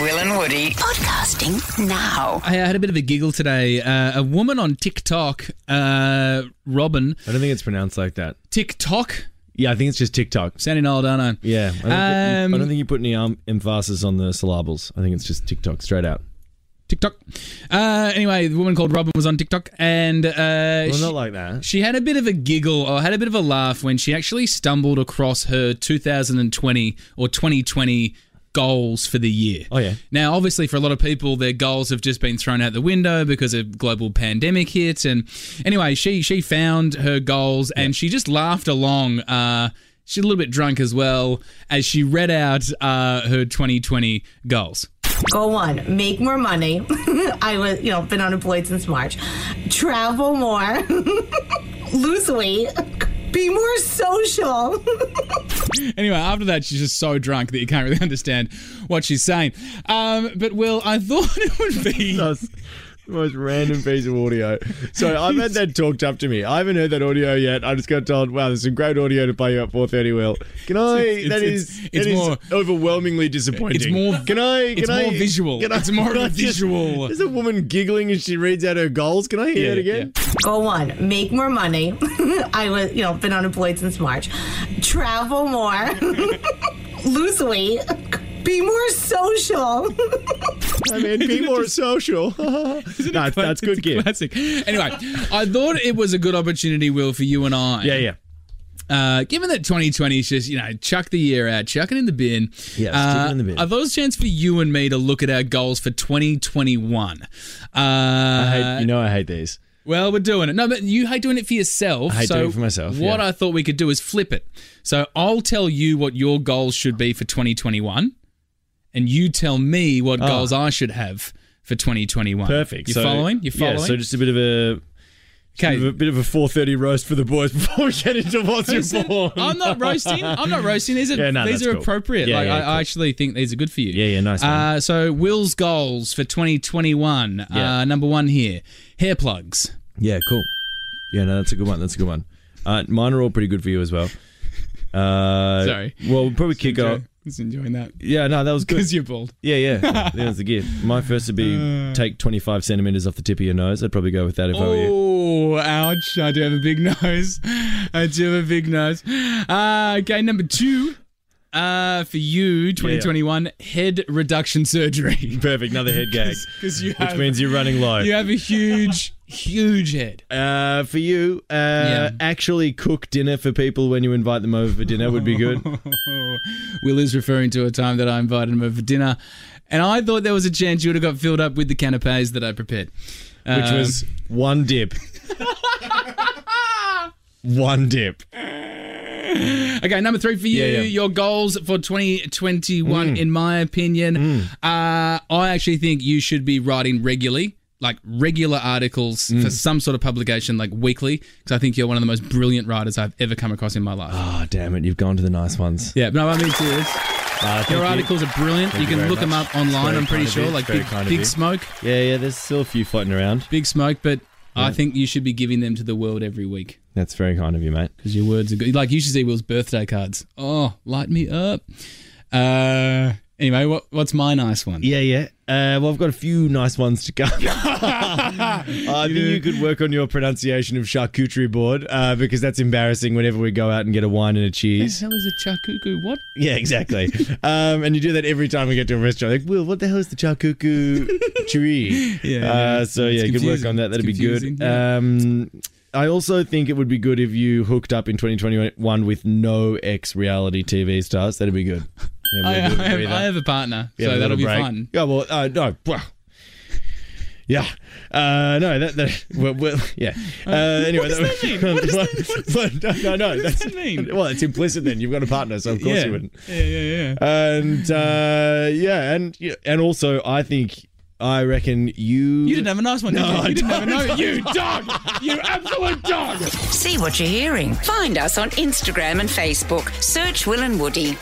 Will and Woody podcasting now. I had a bit of a giggle today. Uh, a woman on TikTok, uh, Robin, I don't think it's pronounced like that. TikTok, Yeah, I think it's just TikTok. sounding old, aren't I? Yeah, I don't, Um, think, you, I don't think you put any um, emphasis on the syllables. I think it's just TikTok straight out. TikTok. Uh, anyway, the woman called Robin was on TikTok, and uh, Well, she- not like that. She had a bit of a giggle or had a bit of a laugh when she actually stumbled across her 2020 or 2020 goals for the year. Oh, yeah. Now, obviously, for a lot of people, their goals have just been thrown out the window because a global pandemic hit. And anyway, she she found her goals and she just laughed along. Uh, she's a little bit drunk as well as she read out uh, her 2020 goals. Go on, make more money. I was, you know, been unemployed since March. Travel more, lose weight, be more social. Anyway, after that, she's just so drunk that you can't really understand what she's saying. Um, but Will, I thought it would be. That's the most random piece of audio. So I've had that talked up to me. I haven't heard that audio yet. I just got told, "Wow, there's some great audio to play you at 4:30." Will, can I? It's- that it's- is, it's that is more- overwhelmingly disappointing. It's more- Can I? it's can I- more visual. Can I, It's more of can a I just- visual- There's a woman giggling as she reads out her goals. Can I hear that again? Go on, make more money. I was, you know, been unemployed since March. Travel more, lose weight, be more social. I mean, be more social. no, that's good gear. Classic. Anyway, I thought it was a good opportunity, Will, for you and I. Yeah, yeah. Uh, given that 2020 is just, you know, chuck the year out, chuck it in the bin. Yeah, let's uh, chuck it in the bin. I thought it was a chance for you and me to look at our goals for 2021. Uh, I I hate, you know, I hate these. Well, we're doing it. No, but you hate doing it for yourself. I hate so doing it for myself, What yeah. I thought we could do is flip it. So I'll tell you what your goals should be for 2021, and you tell me what goals I should have for 2021. Ah. Perfect. You So- following? You following? Yeah, so just a bit of a, bit of a okay. bit of a 4:30 roast for the boys before we get into what's Listen, important. I'm not roasting. I'm not roasting. These are Yeah, no, these that's are cool. appropriate. Yeah, like yeah, I, I cool. actually think these are good for you. Yeah, yeah, nice one. Uh, so Will's goals for 2021. Uh, Yeah. number one here, hair plugs. Yeah, cool. Yeah, no, that's a good one. That's a good one. Uh, mine are all pretty good for you as well. Uh, Sorry. Well, we'll probably kick off. Just enjoying that Yeah, no, that was good. because you're bald. Yeah, yeah. yeah that was the gift. My first would be Uh. take 25 centimeters off the tip of your nose. I'd probably go with that if I were you. Oh, ouch. I do have a big nose. I do have a big nose. Uh, okay, number two. Uh, for you, 2021, head reduction surgery. Perfect. Another head gag, Because you which have, means you're running low. you have a huge, huge head. Uh, for you, uh, Yeah. actually cook dinner for people when you invite them over for dinner would be good. Will is referring to a time that I invited him over for dinner, and I thought there was a chance you would have got filled up with the canapes that I prepared. which Um, was one dip. one dip. Okay, number three for you. Yeah, Mm. yeah. Your goals for 2021, in my opinion, Mm. uh, I actually think you should be writing regularly, like regular articles Mm. for some sort of publication, like weekly, because I think you're one of the most brilliant writers I've ever come across in my life. Oh, damn it. You've gone to the nice ones. Yeah, but no, I mean serious. Ah, thank Your you. articles are brilliant. Thank you you can very look them much. up online. Very I'm pretty kind of you. sure, like Very big, kind of big you. smoke, Yeah, yeah, there's still a few floating around. big smoke. But I think you should be giving them to the world every week That's very kind of you, mate. because your words are good. Like you should see Will's birthday cards. Oh, light me up. Uh, anyway, what what's my nice one? Yeah, yeah. Uh, well, I've got a few nice ones to go. Uh, I think you could work on your pronunciation of charcuterie board uh, because that's embarrassing whenever we go out and get a wine and a cheese. hell is a charcuterie? What? Yeah, exactly. um, and you do that every time we get to a restaurant. Like, Will, what the hell is the charcuterie tree? Yeah, yeah. Uh, so It's yeah, good work confusing. on that. That'd It's be good. confusing, yeah. Um, I also think it would be good if you hooked up in 2021 with no ex reality TV stars. That'd be good. Yeah, I, we'll I, do it for have, either. I have a partner, We have so a that'll little be break. fun. Yeah, well, uh, no. well, Yeah. Uh, no, that, that well, well, yeah. Uh, anyway, does that mean? What does that- that, no, no, no. does that's- that mean? Well, it's implicit then. You've got a partner, so of course yeah. you wouldn't Yeah, yeah, yeah. and uh, yeah, and yeah, and also I think I reckon you. You didn't have a nice one, did you? I You didn't have a don't. no. You dog! You absolute dog! See what you're hearing. Find us on Instagram and Facebook. Search Will and Woody.